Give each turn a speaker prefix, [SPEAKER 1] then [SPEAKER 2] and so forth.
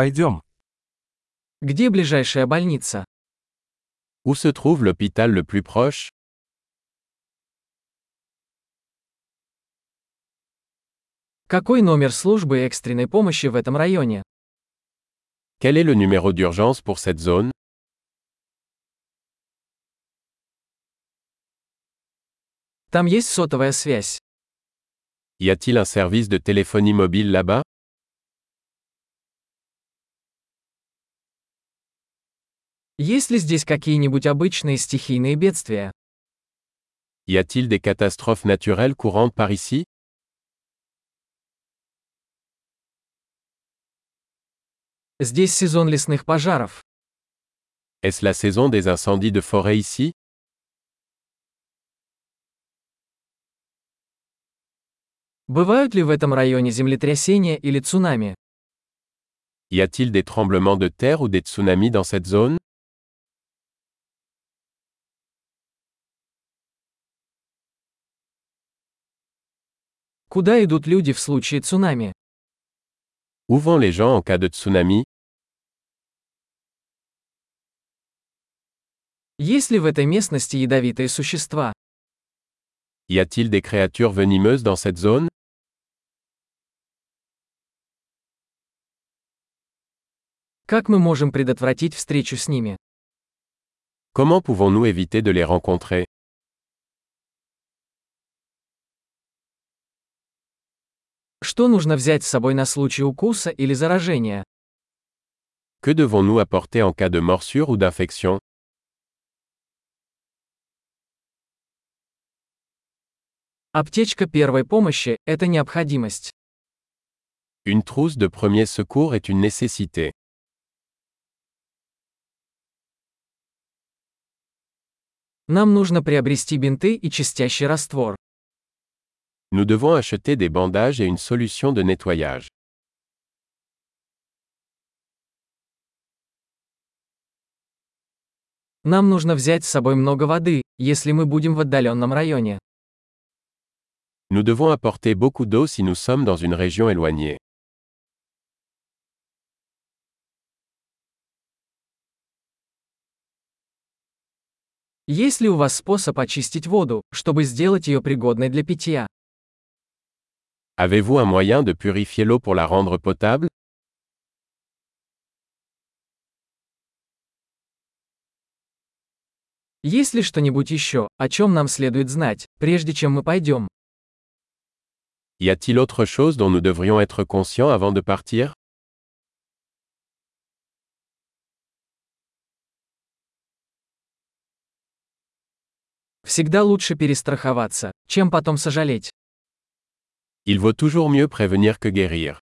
[SPEAKER 1] Пойдем.
[SPEAKER 2] Где ближайшая больница?
[SPEAKER 3] Où se trouve l'hôpital le plus proche
[SPEAKER 2] Какой номер службы экстренной помощи в этом районе?
[SPEAKER 3] Quel est le numéro d'urgence pour cette zone
[SPEAKER 2] Там есть сотовая связь.
[SPEAKER 3] Y a-t-il un service de téléphonie mobile là-bas
[SPEAKER 2] Есть ли здесь какие-нибудь обычные стихийные бедствия?
[SPEAKER 3] Y a-t-il des catastrophes naturelles courantes par ici
[SPEAKER 2] Здесь сезон лесных пожаров.
[SPEAKER 3] Est-ce la saison des incendies de forêt ici
[SPEAKER 2] Бывают ли в этом районе землетрясения или цунами?
[SPEAKER 3] Y a-t-il des tremblements de terre ou des tsunamis dans cette zone
[SPEAKER 2] Куда идут люди в случае цунами?
[SPEAKER 3] Où vont les gens en cas de tsunami
[SPEAKER 2] Есть ли в этой местности ядовитые существа?
[SPEAKER 3] Y a-t-il des créatures venimeuses dans cette zone
[SPEAKER 2] Как мы можем предотвратить встречу с ними?
[SPEAKER 3] Comment pouvons-nous éviter de les rencontrer
[SPEAKER 2] Что нужно взять с собой на случай укуса или заражения?
[SPEAKER 3] Que devons-nous apporter en cas de morsure ou d'infection
[SPEAKER 2] Аптечка первой помощи – это необходимость.
[SPEAKER 3] Une trousse de premier secours est une nécessité.
[SPEAKER 2] Нам нужно приобрести бинты и чистящий раствор.
[SPEAKER 3] Nous devons acheter des bandages et une solution de nettoyage.
[SPEAKER 2] Нам нужно взять с собой много воды, если мы будем в отдаленном районе.
[SPEAKER 3] Nous devons apporter beaucoup d'eau si nous sommes dans une région éloignée.
[SPEAKER 2] Есть ли у вас способ очистить воду, чтобы сделать ее пригодной для питья?
[SPEAKER 3] Avez-vous un moyen de purifier l'eau pour la rendre potable
[SPEAKER 2] Есть ли что-нибудь еще, о чем нам следует знать, прежде чем мы пойдем?
[SPEAKER 3] Y a-t-il autre chose dont nous devrions être conscients avant de partir
[SPEAKER 2] Всегда лучше перестраховаться, чем потом сожалеть.
[SPEAKER 3] Il vaut toujours mieux prévenir que guérir.